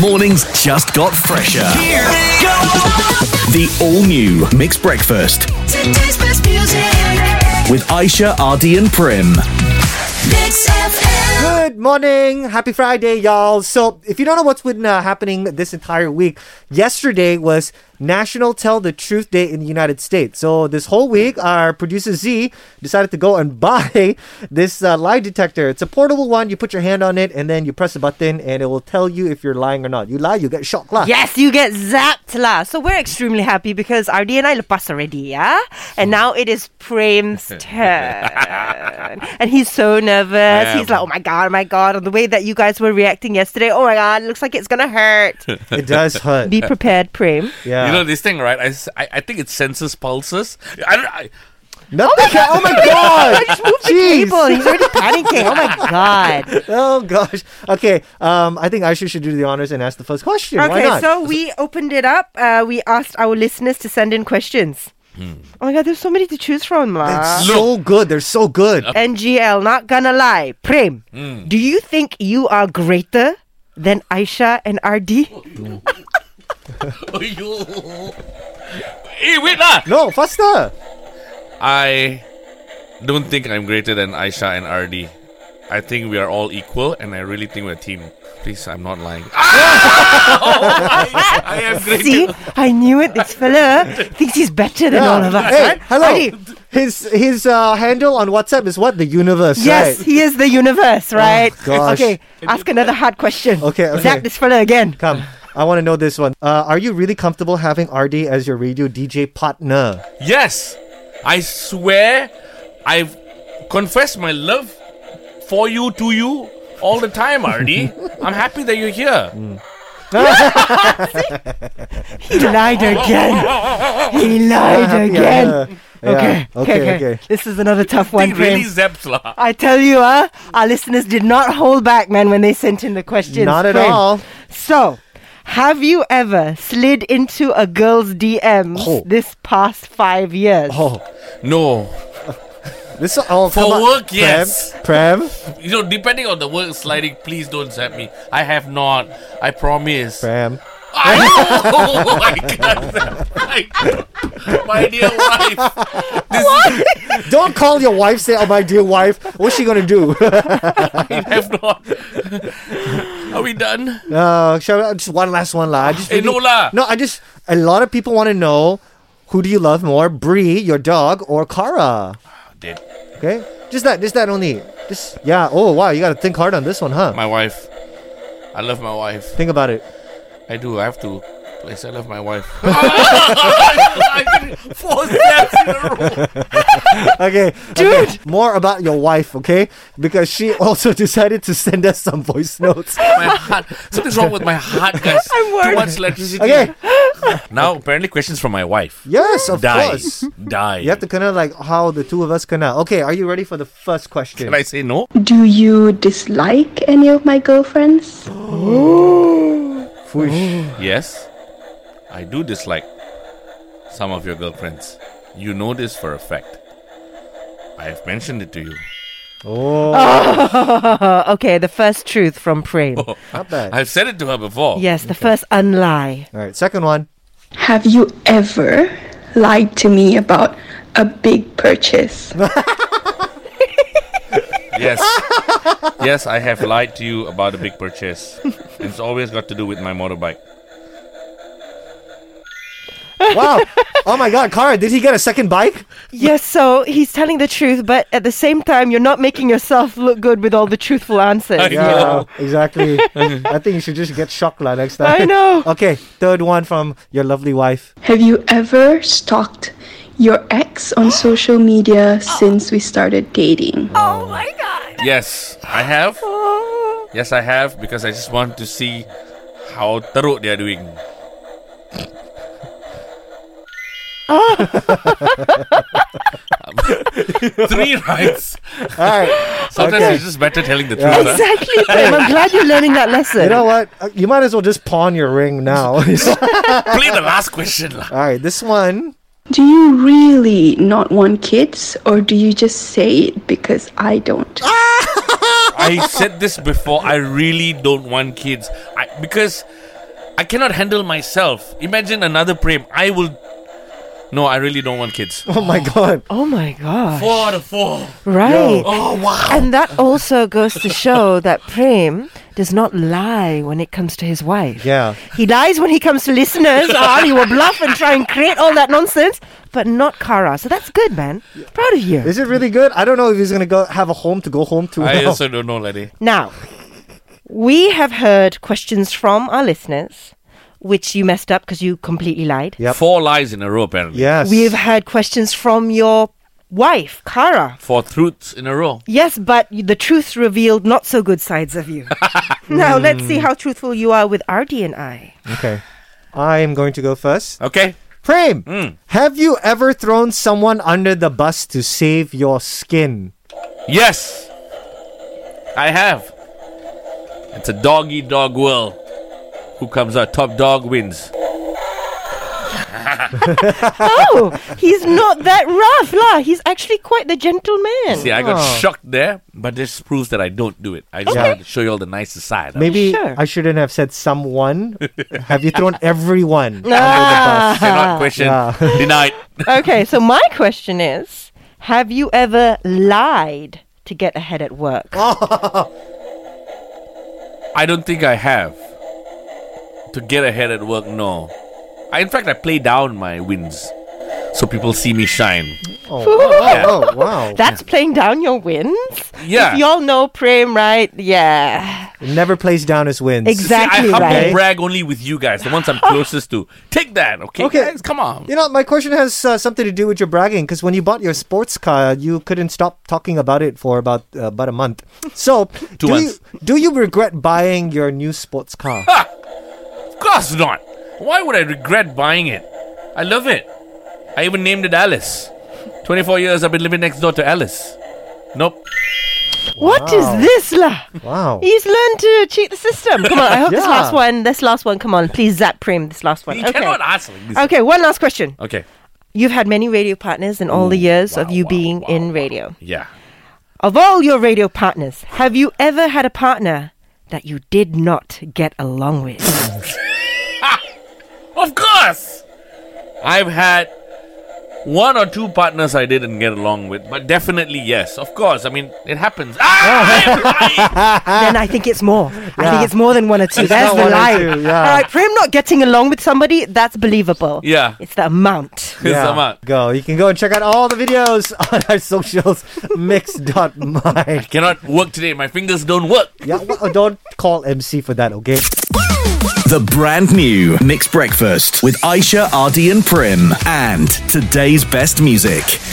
Mornings just got fresher. The all new Mixed Breakfast Today's best music. with Aisha, Ardy, and Prim. Mix FM. Good morning. Happy Friday, y'all. So, if you don't know what's been uh, happening this entire week, yesterday was National Tell the Truth Day in the United States. So, this whole week, our producer Z decided to go and buy this uh, lie detector. It's a portable one. You put your hand on it, and then you press a button, and it will tell you if you're lying or not. You lie, you get shocked. Lah. Yes, you get zapped lah. So we're extremely happy because RD and I lepas already, yeah? And now it is Prem's turn. and he's so nervous. He's like, oh my god, oh my god. And the way that you guys were reacting yesterday, oh my god, looks like it's gonna hurt. It does hurt. Be prepared, Prem. yeah. You know this thing, right? I, s- I- I think it senses pulses. I don't. I, Nothing. ca- Oh my god! Jeez. Abel, he's already panicking. Oh my god. Oh gosh. Okay. Um, I think Aisha should do the honors and ask the first question. Why Okay, not? so we opened it up. Uh, we asked our listeners to send in questions. Hmm. Oh my god, there's so many to choose from, lah. It's so good. They're so good. Uh, NGL, not gonna lie. Prem, do you think you are greater than Aisha and RD? hey, wait lah. No, faster. I don't think I'm greater than Aisha and RD. I think we are all equal, and I really think we're a team. Please, I'm not lying. Ah! Oh my- I am greater. See, I knew it. This fella thinks he's better than all of us. Hey, right? hello. RD, His his uh, handle on WhatsApp is what? The universe. yes, Right? he is the universe, right? Oh, gosh. Okay, ask another hard question. Okay, okay. Zap this fella again. Come. I want to know this one. Uh, are you really comfortable having RD as your radio DJ partner? Yes, I swear, I've confessed my love for you to you all the time, RD. I'm happy that you're here. He lied again. He lied again. Yeah. Yeah. Okay. Okay. Okay. This is another tough one, Think really Prem. zaps lah. I tell you, uh, our listeners did not hold back, man, when they sent in the questions. Not at Prem. all. So, have you ever slid into a girl's DMs Oh. this past five years? Oh, No, this oh, For come on. work, yes. Prem, You know, depending on the work sliding, please don't zap me. I have not. I promise. Prem, Prem. I oh my god! My, my dear wife, Don't call your wife. Say, "Oh, my dear wife, what's she gonna do?" I have not. Are we done? Uh, shall I, just one last one, lah. I just Hey, really- Eh, no lah. No, I just a lot of people want to know who do you love more, Bree, your dog, or Kara? Dead. Okay, just that, just that only. Just yeah. Oh wow, you got to think hard on this one, huh? My wife. I love my wife. think about it. I do. I have to. Yes, I love my wife. I did it. Four steps in a row. Okay, dude. more about your wife, okay? Because she also decided to send us some voice notes. My heart. Something's wrong with my heart, guys. I'm worried. Too much electricity. Okay. Now, apparently, questions from my wife. Yes, of Die. course. Die. You have to kind of like how the two of us connect. Okay, are you ready for the first question? Can I say no? Do you dislike any of my girlfriends? Foosh. Yes, I do dislike some of your girlfriends. You know this for a fact. I have mentioned it to you. Uh, okay, the first truth from Prem. Not bad. I've said it to her before. Yes, the first unlie. All right, second one. Have you ever lied to me about a big purchase? Yes. yes, I have lied to you about a big purchase. it's always got to do with my motorbike. Wow. oh my God, Kara, did he get a second bike? Yes, so he's telling the truth, but at the same time, you're not making yourself look good with all the truthful answers. I- Yeah, exactly. I think you should just get Shokla next time. I know. Okay, third one from your lovely wife. Have you ever stalked your ex on social media since we started dating? Yes, I have. Yes, I have because I just want to see how teruk they are doing. Three rights. All right. Sometimes Okay. it's just better telling the truth. huh? Exactly, Prem. I'm glad you're learning that lesson. You know what? Uh, You might as well just pawn your ring now. All Play the last question. lah. right, this one. Do you really not want kids or do you just say it because I don't? I said this before. I really don't want kids I, because I cannot handle myself. Imagine another Prem. I will. No, I really don't want kids. Oh my god. Oh my gosh. Four out of four. Right. Oh wow. And that also goes to show that Prem does not lie when it comes to his wife. Yeah. He lies when he comes to listeners, or he will bluff and try and create all that nonsense, but not Kara. So that's good, man. Proud of you. Is it really good? I don't know if he's gonna go have a home to go home to. I now. also don't know, lady. Now, we have heard questions from our listeners, which you messed up because you completely lied. Yep. Four lies in a row, apparently. yes. We've heard questions from your wife, Kara. Four truths in a row. Yes, but the truth revealed not so good sides of you. now, let's see how truthful you are with Ardy and I. okay. I'm going to go first. Okay. Prem, have you ever thrown someone under the bus to save your skin? Yes. I have. It's a doggy dog world. Who comes out top dog wins. Oh, he's not that rough, lah. He's actually quite the gentleman. See, I got Oh. shocked there, but this proves that I don't do it. I just Okay. wanted to show you all the nicest side. Maybe Sure. I shouldn't have said someone. have you thrown everyone under the I bus? cannot question. Ah. Yeah. Denied. Okay, so my question is Have you ever lied to get ahead at work? I don't think I have. To get ahead at work, no. I, in fact, I play down my wins so people see me shine. Oh, oh, oh, wow. That's playing down your wins? Yeah. If y'all know Prem, right? Yeah. Never plays down his wins. See, I Exactly humble right. brag only with you guys, the ones I'm closest to. Take that, okay? Okay. guys? come on. You know, my question has uh, something to do with your bragging because when you bought your sports car, you couldn't stop talking about it for about uh, about a month. So, do months. you do you regret buying your new sports car? Of course not. Why would I regret buying it? I love it. I even named it Alice. 24 years I've been living next door to Alice. Nope. What is this, lah? wow. He's learned to cheat the system. Come on, I hope this Yeah. last one, this last one, come on, please zap Prem, this last one. You okay. cannot ask like this. Okay, one last question. Okay. You've had many radio partners in all the years of wow, you wow, being wow, in radio. Yeah. Of all your radio partners, have you ever had a partner that you did not get along with? Of course! I've had one or two partners I didn't get along with, but definitely yes. Of course. I mean, it happens. Ah! I am lying! then I think it's more. I think it's more than one or Ah. two. It's That's not the one or lie. two, yeah. All right, Prem not getting along with somebody, that's believable. yeah. It's the amount. Piss them out. Go. You can go and check out all the videos on our socials, mix.mind. Cannot work today. My fingers don't work. Yeah, well, don't call MC for that, okay? The brand new Mixed Breakfast with Aisha, Ardy, and Prim. And today's best music.